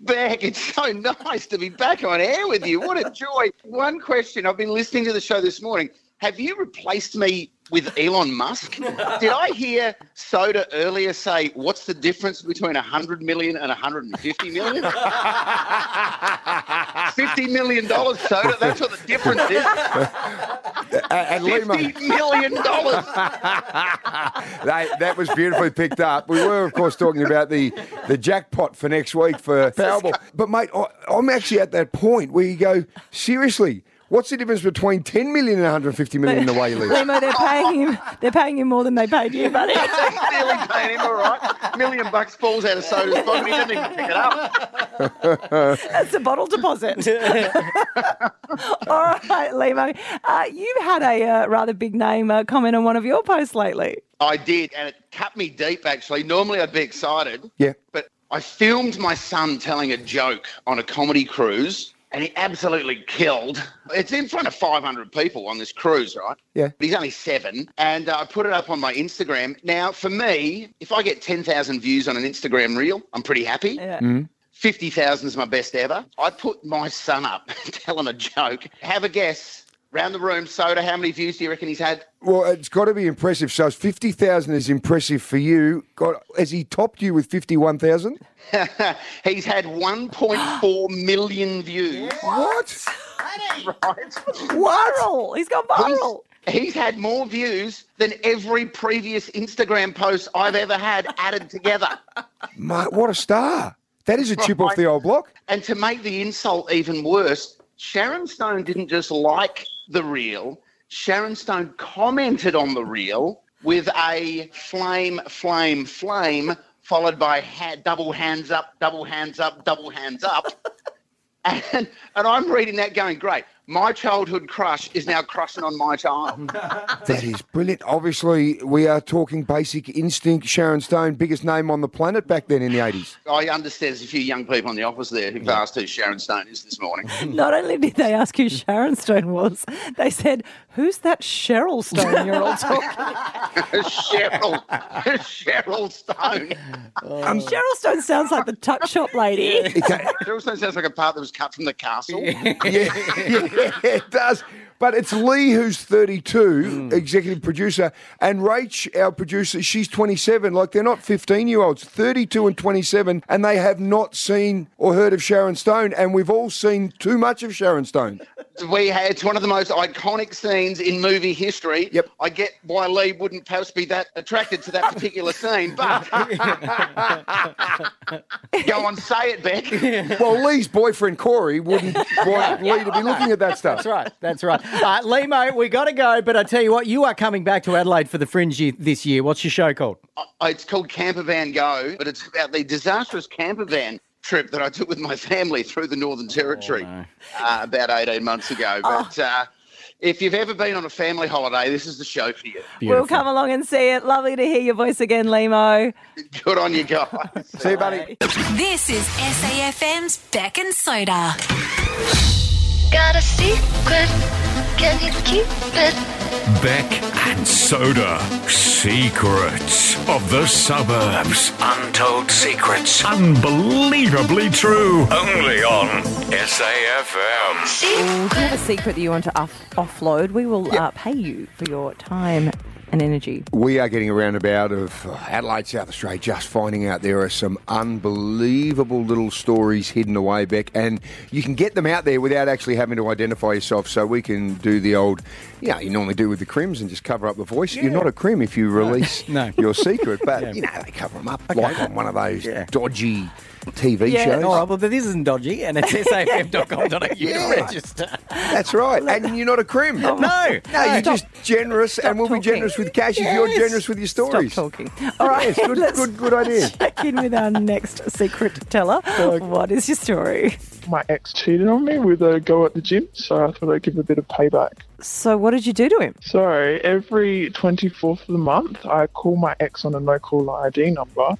L: Beck, it's so nice to be back on air with you. What a joy. One question I've been listening to the show this morning. Have you replaced me with Elon Musk? Did I hear Soda earlier say, What's the difference between 100 million and 150 million? 50 million dollars, Soda. That's what the difference is.
D: and Lima.
L: $50 million. dollars.
D: that, that was beautifully picked up. We were, of course, talking about the, the jackpot for next week for Powerball. But, mate, I, I'm actually at that point where you go, seriously, What's the difference between 10 million and 150 million in the way you live?
E: Limo, they're paying him. They're paying him more than they paid you, buddy.
L: Nearly paying him, all right. Million bucks falls out of soda's pocket. He doesn't even pick it up.
E: That's a bottle deposit. All right, Limo. Uh, you had a uh, rather big name uh, comment on one of your posts lately.
L: I did, and it cut me deep, actually. Normally, I'd be excited.
D: Yeah.
L: But I filmed my son telling a joke on a comedy cruise, and he absolutely killed. It's in front of 500 people on this cruise, right?
D: Yeah.
L: But he's only seven, and uh, I put it up on my Instagram. Now, for me, if I get 10,000 views on an Instagram reel, I'm pretty happy.
E: Yeah.
D: Mm.
L: 50,000 is my best ever. I put my son up, tell him a joke. Have a guess. Round the room, soda, how many views do you reckon he's had?
D: Well, it's got to be impressive. So 50,000 is impressive for you. God, has he topped you with 51,000?
L: he's had 1.4 million views.
D: What?
L: Right.
E: Viral. He's gone viral.
L: He's, he's had more views than every previous Instagram post I've ever had added together.
D: Mate, what a star. That is a chip off the old block.
L: And to make the insult even worse, Sharon Stone didn't just like the reel, Sharon Stone commented on the reel with a flame, flame, flame, followed by ha- double hands up, double hands up, double hands up. And, and I'm reading that going, great. My childhood crush is now crushing on my child.
D: That is brilliant. Obviously, we are talking basic instinct. Sharon Stone, biggest name on the planet back then in the 80s.
L: I understand there's a few young people in the office there who've asked who Sharon Stone is this morning.
E: Not only did they ask who Sharon Stone was, they said, "Who's that Cheryl Stone you're all talking?"
L: Cheryl, Cheryl Stone.
E: Um, Cheryl Stone sounds like the tuck shop lady.
L: Cheryl Stone sounds like a part that was cut from the castle.
D: yeah, it does. But it's Lee who's 32, executive producer, and Rach, our producer, she's 27. Like they're not 15 year olds, 32 and 27, and they have not seen or heard of Sharon Stone, and we've all seen too much of Sharon Stone.
L: We had, it's one of the most iconic scenes in movie history. Yep. I get why Lee wouldn't perhaps be that attracted to that particular scene, but go on, say it, Beck.
D: Well, Lee's boyfriend Corey wouldn't want Lee to be looking at that stuff.
F: That's right. That's right. Uh, Limo, we got to go, but I tell you what, you are coming back to Adelaide for the Fringe ye- this year. What's your show called?
L: Uh, It's called Camper Van Go, but it's about the disastrous camper van trip that I took with my family through the Northern Territory uh, about 18 months ago.
P: Oh.
L: But uh, if you've ever been on a family holiday, this is the show for you.
E: We'll come along and see it. Lovely to hear your voice again, Limo.
L: Good on you guys.
D: See you, buddy.
C: This is SAFM's Beck and Soda.
O: Got a secret. Can you keep it?
M: Beck and Soda. Secrets of the suburbs. Untold secrets. Unbelievably true. Only on
E: If
M: SAFM.
E: you have a secret that you want to off- offload, we will uh, pay you for your time and energy.
D: We are getting a roundabout of uh, Adelaide, South Australia, just finding out there are some unbelievable little stories hidden away, Beck, and you can get them out there without actually having to identify yourself. So we can do the old, yeah, you normally do with the crims and just cover up the voice. You're not a crim if you release
F: No.
D: your secret, but
F: Yeah.
D: you know they cover them up like on one of those dodgy TV shows.
F: All right, Oh, well, this isn't dodgy, and it's safm.com.au
D: Yeah.
F: to register.
D: That's right, and you're not a crim. No,
F: No.
D: no, you're just generous, and we'll be generous with cash if you're
E: Yes.
D: generous with your stories.
E: Stop talking. All right,
D: Yes, good-
E: let's
D: good- good idea.
E: Check in with our next secret teller. What is your story?
N: My ex cheated on me with a go at the gym, so I thought I'd give a bit of payback.
E: So, what did you do to him?
N: So every 24th of the month, I call my ex on a no caller ID number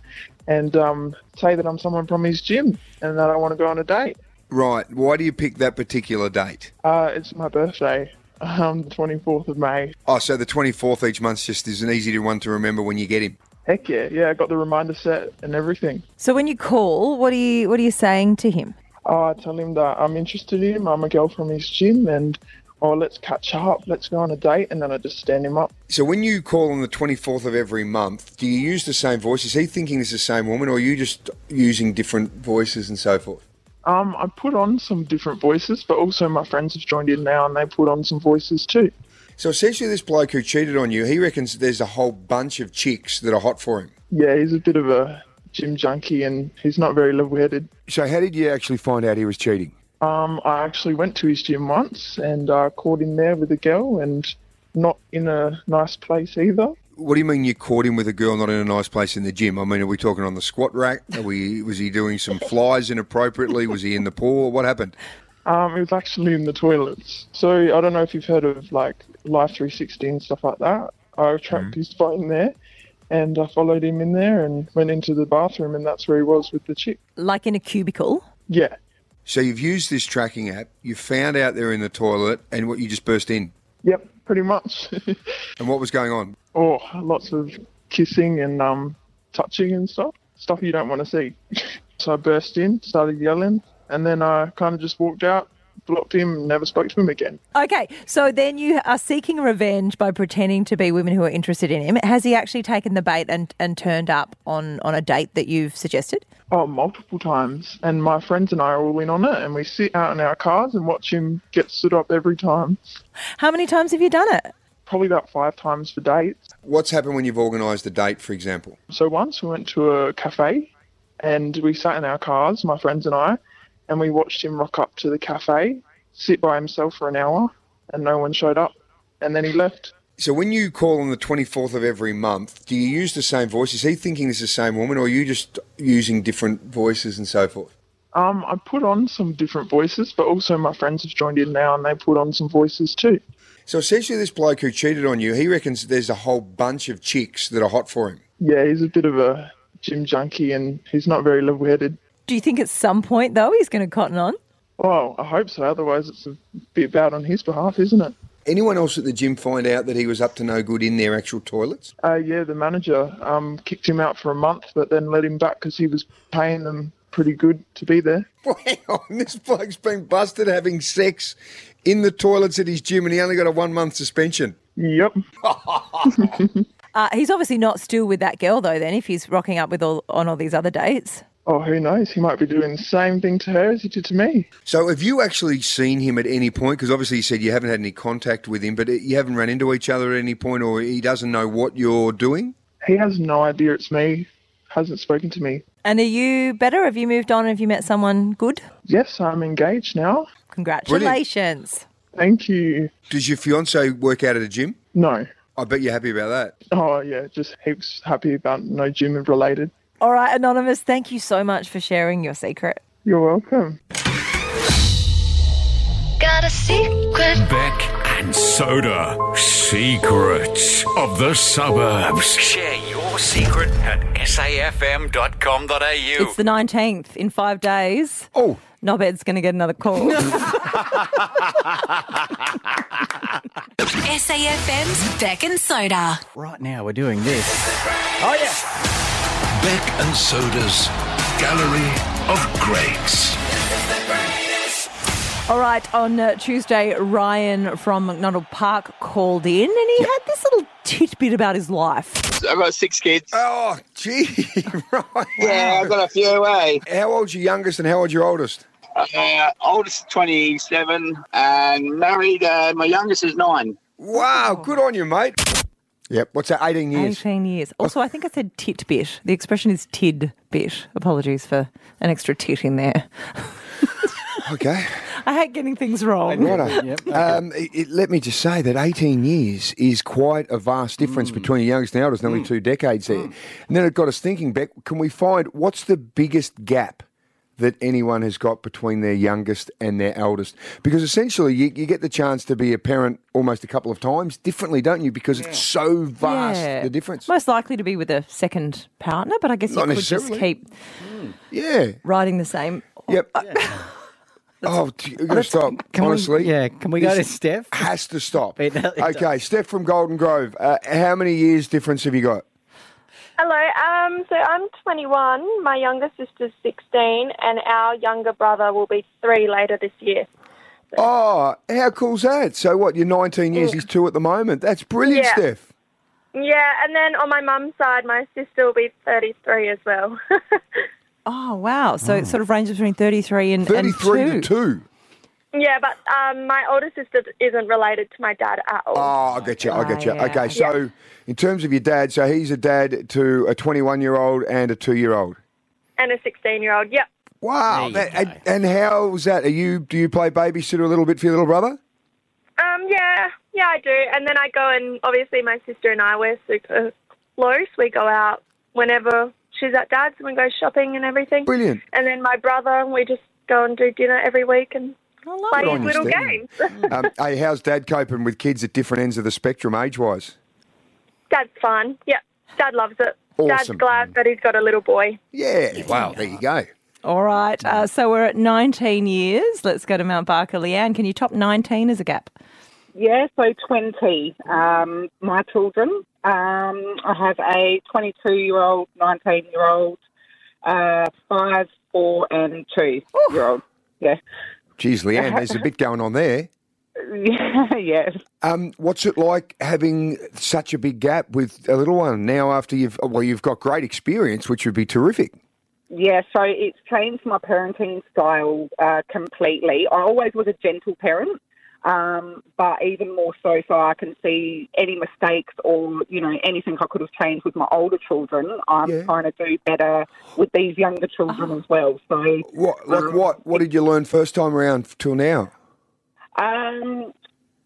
N: and um, say that I'm someone from his gym and that I want to go on a date.
D: Right, why do you pick that particular date?
N: Uh, it's my birthday, um, the 24th of May.
D: Oh, so the 24th each month just is an easy one to remember when you get him.
N: Heck yeah, yeah, I got the reminder set and everything.
E: So, when you call, what are you what are you saying to him?
N: Oh, I tell him that I'm interested in him, I'm a girl from his gym, and oh, let's catch up, let's go on a date, and then I just stand him up.
D: So when you call on the 24th of every month, do you use the same voice? Is he thinking it's the same woman, or are you just using different voices and so forth?
N: Um, I put on some different voices, but also my friends have joined in now and they put on some voices too.
D: So essentially, this bloke who cheated on you, he reckons there's a whole bunch of chicks that are hot for him.
N: Yeah, he's a bit of a gym junkie and he's not very level headed.
D: So how did you actually find out he was cheating?
N: Um, I actually went to his gym once and uh, caught him there with a girl and not in a nice place either.
D: What do you mean you caught him with a girl not in a nice place in the gym? I mean, are we talking on the squat rack? Are we was he doing some flies inappropriately? Was he in the pool? What happened?
N: Um, it was actually in the toilets. So I don't know if you've heard of like Life 360 and stuff like that. I tracked his phone there and I followed him in there and went into the bathroom and that's where he was with the chick.
E: Like in a cubicle?
N: Yeah.
D: So you've used this tracking app. You found out they're in the toilet, and what you just burst in.
N: Yep, pretty much.
D: And what was going on?
N: oh, lots of kissing and um, touching and stuff. Stuff you don't want to see. so I burst in, started yelling, and then I kind of just walked out, blocked him, never spoke to him again.
E: Okay, so then you are seeking revenge by pretending to be women who are interested in him. Has he actually taken the bait and, and turned up on, on a date that you've suggested?
N: Oh, multiple times. And my friends and I are all in on it, and we sit out in our cars and watch him get stood up every time.
E: How many times have you done it?
N: Probably about five times for dates.
D: What's happened when you've organised a date, for example?
N: So once we went to a cafe and we sat in our cars, my friends and I, and we watched him rock up to the cafe, sit by himself for an hour, and no one showed up. And then he left.
D: So when you call on the twenty fourth of every month, do you use the same voice? Is he thinking it's the same woman, or are you just using different voices and so forth?
N: Um, I put on some different voices, but also my friends have joined in now and they put on some voices too.
D: So essentially, this bloke who cheated on you, he reckons there's a whole bunch of chicks that are hot for him.
N: Yeah, he's a bit of a gym junkie and he's not very level headed.
E: Do you think at some point, though, he's going to cotton on?
N: Well, I hope so, otherwise it's a bit bad on his behalf, isn't it?
D: Anyone else at the gym find out that he was up to no good in their actual toilets?
N: Uh, yeah, the manager um, kicked him out for a month, but then let him back because he was paying them pretty good to be there.
D: Well, hang on, this bloke's been busted having sex in the toilets at his gym, and he only got a one month suspension.
N: Yep.
E: Uh, he's obviously not still with that girl, though, then, if he's rocking up with all on all these other dates.
N: Oh, who knows? He might be doing the same thing to her as he did to me.
D: So, have you actually seen him at any point? Because obviously, you said you haven't had any contact with him, but you haven't run into each other at any point, or he doesn't know what you're doing.
N: He has no idea it's me, hasn't spoken to me.
E: And are you better? Have you moved on? Have you met someone good?
N: Yes, I'm engaged now.
E: Congratulations.
N: Thank you.
D: Does your fiance work out at a gym?
N: No.
D: I bet you're happy about that.
N: Oh, yeah, just heaps happy about no gym related.
E: All right, Anonymous, thank you so much for sharing your secret.
N: You're welcome.
O: Got a secret.
M: Beck and Soda. Secrets of the suburbs. Share your secret at
E: It's
M: safm.com.au.
E: the 19th in five days. Oh. Nobed's going to get another call.
C: SAFM's Beck and Soda.
F: Right now, we're doing this.
M: Oh, yeah. Beck and Soda's Gallery of Greats.
E: All right, on uh, Tuesday, Ryan from McDonald Park called in and he had this little tidbit about his life.
J: I've got six kids.
D: Oh, gee, right.
J: Yeah, I've got a few, eh?
D: How old's your youngest and how old's your oldest?
J: Uh, oldest is 27 and married. Uh, my youngest is nine.
D: Wow, good on you, mate. Yep, what's that, 18 years?
E: 18 years. Also, I think I said titbit. The expression is tidbit. Apologies for an extra tit in there.
D: Okay.
E: I hate getting things wrong.
D: Righto.
F: Uh,
D: um, it, it- let me just say that 18 years is quite a vast difference
F: Mm.
D: between the youngest and eldest, nearly two decades there. And then it got us thinking, Beck, can we find what's the biggest gap that anyone has got between their youngest and their eldest? Because essentially, you, you get the chance to be a parent almost a couple of times differently, don't you? Because it's so vast,
E: Yeah.
D: the difference.
E: Most likely to be with a second partner, but I guess
D: Not
E: you could just
D: necessarily.
E: keep
D: Yeah.
E: riding the same.
D: Yep. Oh, t- you're going to stop.
F: can we-
D: honestly,
F: yeah, can we go to Steph?
D: Has to stop.
F: it
D: okay, Steph from Golden Grove. Uh, how many years difference have you got?
B: Hello. Um, so I'm 21. My younger sister's 16, and our younger brother will be three later this year.
D: Oh, how cool's that? So what? You're 19 years. He's two at the moment. That's brilliant,
B: Yeah.
D: Steph.
B: Yeah, and then on my mum's side, my sister will be 33 as well.
E: Oh, wow. So it sort of ranges between 33 and, and 2.
D: 33 Hmm. to two.
B: yeah, but um, my older sister isn't related to my dad at all.
D: Oh, I get you. I get you.
B: Ah, yeah.
D: Okay, so in terms of your dad, so he's a dad to a 21 year old and a two year old.
B: And a 16 year old. Yep.
D: Wow. That- and, and how was that? Are you do you play babysitter a little bit for your little brother?
B: Um, yeah, yeah, I do. And then I go and obviously my sister and I we're super close. We go out whenever she's at dad's and we go shopping and everything.
D: Brilliant.
B: And then my brother, we just go and do dinner every week and play
D: Good
B: his
D: on you,
B: little
D: Stephen.
B: games.
D: um, hey, how's Dad coping with kids at different ends of the spectrum age wise?
B: Dad's fun. Yeah, dad loves it. Dad's
D: Awesome.
B: glad that he's got a little boy.
D: Yeah. Wow. There you go.
E: All
D: Hmm.
E: right. Uh, so we're at 19 years. Let's go to Mount Barker. Leanne, can you top 19 as a gap?
P: Yeah, so 20, um, my children. Um, I have a 22 year old, 19 year old, uh, 5, 4, and 2 year old. Yeah.
D: Geez, Leanne, there's a bit going on there.
P: yes.
D: Um, what's it like having such a big gap with a little one now after you've well you've got great experience, which would be terrific.
P: Yeah, so it's changed my parenting style uh, completely. I always was a gentle parent, um, but even more so, so I can see any mistakes or you know anything I could have changed with my older children. I'm trying to do better with these younger
E: Uh-huh.
P: children as well. So
D: What like what what did you learn first time around till now?
P: Um,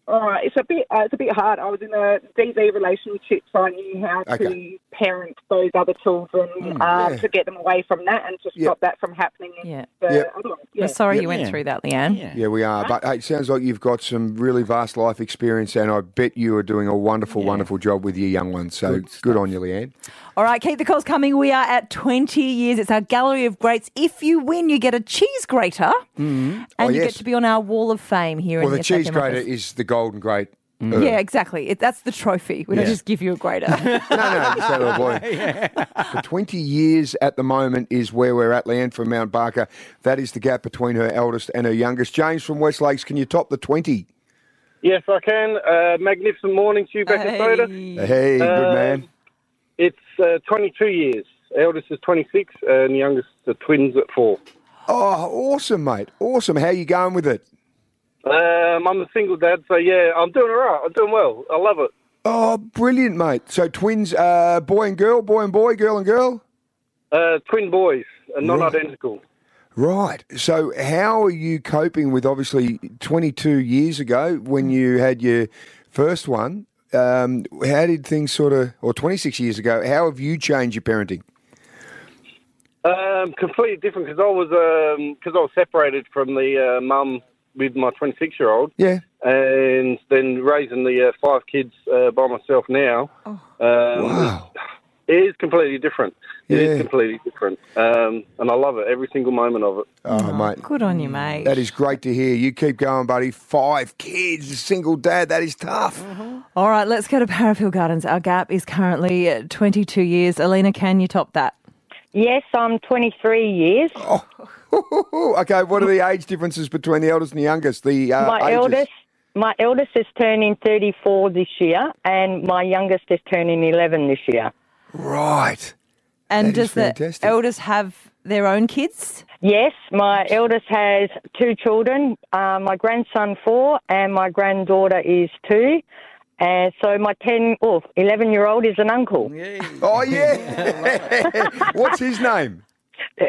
P: all right, it's a bit uh, it's a bit hard. I was in a DV relationship, so I knew how
D: Okay.
P: to parent those other children
E: Mm,
P: uh,
E: yeah.
P: to get them away from that and to stop that from happening. in
E: Yeah.
P: The
D: Yep.
P: other one.
E: We're
P: Yeah.
E: Uh, sorry you went through that, Leanne.
D: Yeah, we are. But hey, it sounds like you've got some really vast life experience, and I bet you are doing a wonderful, wonderful job with your young ones. So good, on you, Leanne.
E: All right, keep the calls coming. We are at 20 years. It's our gallery of greats. If you win, you get a cheese grater
D: Mm-hmm.
E: and you get to be on our wall of fame here
D: well,
E: in
D: the cheese
E: SFM
D: grater
E: office.
D: is the golden grate. Uh,
E: Yeah, exactly. It, that's the trophy. We don't
D: Yeah.
E: just give you a grater.
D: no, it's that little boy. For 20 years at the moment is where we're at, Leanne, from Mount Barker. That is the gap between her eldest and her youngest. James from West Lakes, can you top the 20?
Q: Yes, I can. Uh, magnificent morning to you, Beck and Soda.
D: Hey, good
Q: Um,
D: man.
Q: It's uh, 22 years. Eldest is 26, and the youngest, the twins, at four.
D: Oh, awesome, mate. Awesome. How you going with it?
Q: Um, I'm a single dad, so yeah, I'm doing all right. I'm doing well. I love it.
D: Oh, brilliant, mate. So twins, uh, boy and girl, boy and boy, girl and girl?
Q: Uh, twin boys, and non-identical.
D: Right. So, how are you coping with obviously 22 years ago when you had your first one? Um, how did things sort of, or 26 years ago, how have you changed your parenting?
Q: Um, completely different because I was because I was separated from the uh, mum with my 26 year old.
D: Yeah.
Q: and then raising the uh, five kids uh, by myself now. Um,
D: Oh,
Q: It is completely different. It is completely different, um, and I love it every single moment of it.
D: Oh, mate.
E: Good on you, mate.
D: That is great to hear. You keep going, buddy. Five kids, a single dad. That is tough.
E: All right, let's go to Parafield Gardens. Our gap is currently at 22 years. Alina, can you top that?
R: Yes, I'm 23 years.
D: Uh, okay, what are the age differences between the eldest and the youngest? The uh,
R: my
D: ages?
R: eldest, my eldest is turning 34 this year, and my youngest is turning 11 this year.
D: Right.
E: And
R: That is
E: does the
R: fantastic.
E: eldest have their own kids?
R: Yes, my eldest has two children. Uh, my grandson four, and my granddaughter is two. And so my 10 or 11 year old is an uncle.
D: Oh yeah. What's his name?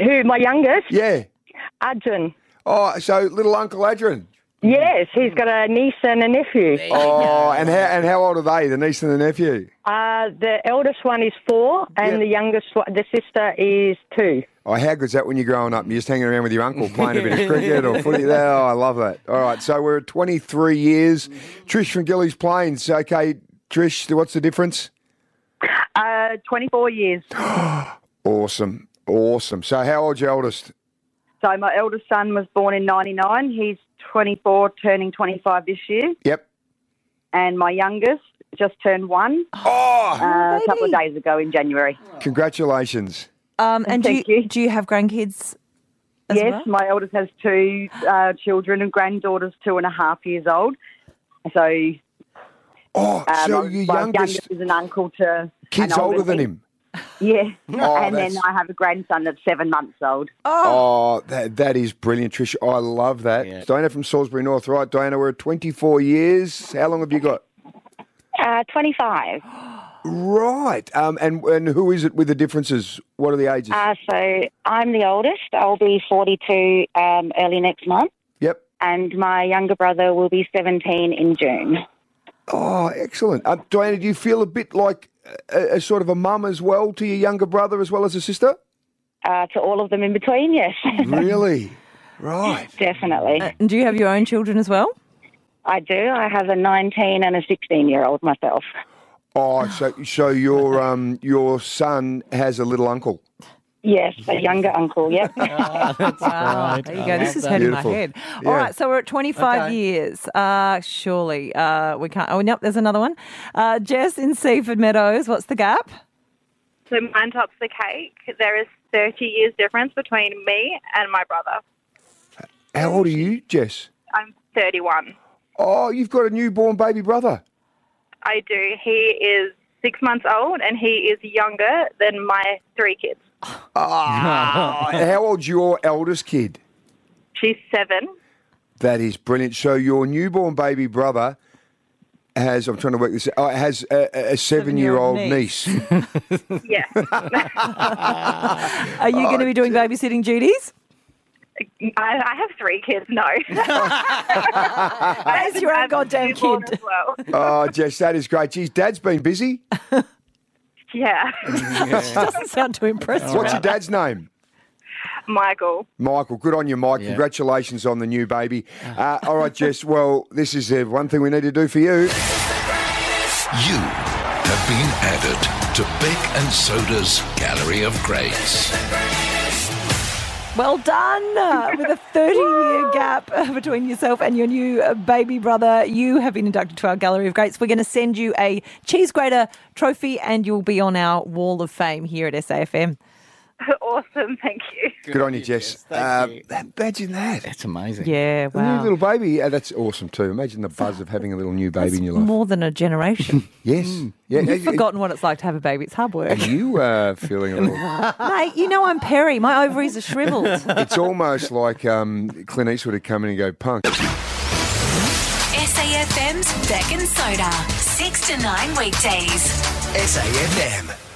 R: Who, my youngest?
D: Yeah.
R: Adrian.
D: Oh, so little Uncle Adrian.
R: Yes,
D: Mm.
R: he's got a niece and a nephew.
D: Oh, and how, and how old are they, the niece and the nephew?
R: Uh, the eldest one is four, and the youngest one, the sister is two.
D: Oh, how good's that when you're growing up? You're just hanging around with your uncle playing a bit of cricket or footy. Oh, I love that. All right, so we're at 23 years. Trish from Gillies Plains. Okay, Trish, what's the difference?
S: Uh, 24 years.
D: Awesome. Awesome. So, how old's your eldest?
S: so my eldest son was born in 99. He's 24, turning 25 this year.
D: Yep.
S: And my youngest just turned one
E: Oh,
S: uh, a couple of days ago in January.
D: Oh, Congratulations.
E: Um, and do you,
S: Thank
E: do you have grandkids? as
S: yes,
E: well?
S: my eldest has two uh, children and granddaughters two and a half years old. So,
D: oh,
R: Um,
S: my,
D: so
S: my
D: your
S: youngest
D: youngest
S: is an uncle to
D: kid's
S: an
D: older than
S: niece.
D: him.
S: Yeah,
D: Oh,
S: and
D: that's-
S: then I have a grandson that's seven months old.
D: Oh, that, that is brilliant, Trish. I love that. Diana from Salisbury North. Right, Diana, we're at 24 years. How long have you got?
T: Uh, 25.
D: Right. Um, and and who is it with the differences? What are the ages?
T: Uh, so I'm the oldest. I'll be 42 um, early next month.
D: Yep.
T: And my younger brother will be 17 in June.
D: oh, excellent. Um, Diana, do you feel a bit like a, a sort of a mum as well to your younger brother as well as a sister?
T: Uh, to all of them in between, yes.
D: Mm-hmm. Really? Right.
T: Definitely.
E: And do you have your own children as well?
T: I do. I have a 19 and a 16 year old myself.
D: Oh, so so your um your son has a little uncle.
T: Yes, a younger uncle, yep.
E: Wow,
D: right.
E: Ah, There
D: I
E: you go.
D: love
E: This is
D: that.
E: head in my
D: Beautiful.
E: head.
D: Yeah.
E: All right, so we're at 25
D: Okay.
E: years. Uh, surely uh, we can't. Oh, nope, there's another one. Uh, Jess in Seaford Meadows. What's the gap?
U: So mine tops the cake. There is 30 years difference between me and my brother.
D: How old are you, Jess?
U: I'm 31.
D: Oh, you've got a newborn baby brother.
U: I do. He is six months old and he is younger than my three kids.
D: Ah, how old's your eldest kid?
U: She's seven.
D: That is brilliant. So your newborn baby brother has I'm trying to work this out. oh, Has a, a- a seven-year-old niece.
U: Yeah.
E: Are
D: Oh,
E: you going to be doing babysitting duties?
U: I, I have three kids, no.
E: As your own goddamn kid.
U: As well.
D: oh, Jess, that is great. Geez, Dad's been busy.
U: Yeah.
E: Doesn't sound too impressive.
D: What's your dad's name?
U: Michael.
D: Michael, good on you, Mike. Congratulations on the new baby. Uh, all right, Jess. Well, this is uh, one thing we need to do for you.
M: You have been added to Beck and Soda's Gallery of Grace.
E: Well done. Uh, With a 30 year gap uh, between yourself and your new uh, baby brother, you have been inducted to our Gallery of Greats. We're going to send you a cheese grater trophy and you'll be on our Wall of Fame here at SAFM.
U: awesome. Thank you.
D: Good, on you, Jess. Uh, Imagine that.
F: That's amazing.
E: Yeah,
D: A
E: wow.
D: new little baby. Uh, that's awesome too. Imagine the buzz of having a little new baby in your life.
E: More than a generation.
D: Yes. Yeah.
E: You've
D: Are-
E: forgotten what it's like to have a baby. It's hard
D: Are
E: work.
D: you uh, feeling a little?
E: Mate, you know I'm Perry. My ovaries are shriveled.
D: It's almost like um, Clint Eastwood would come in and go punk.
C: SAFM's Beck and Soda, 6 to 9 weekdays.
V: SAFM.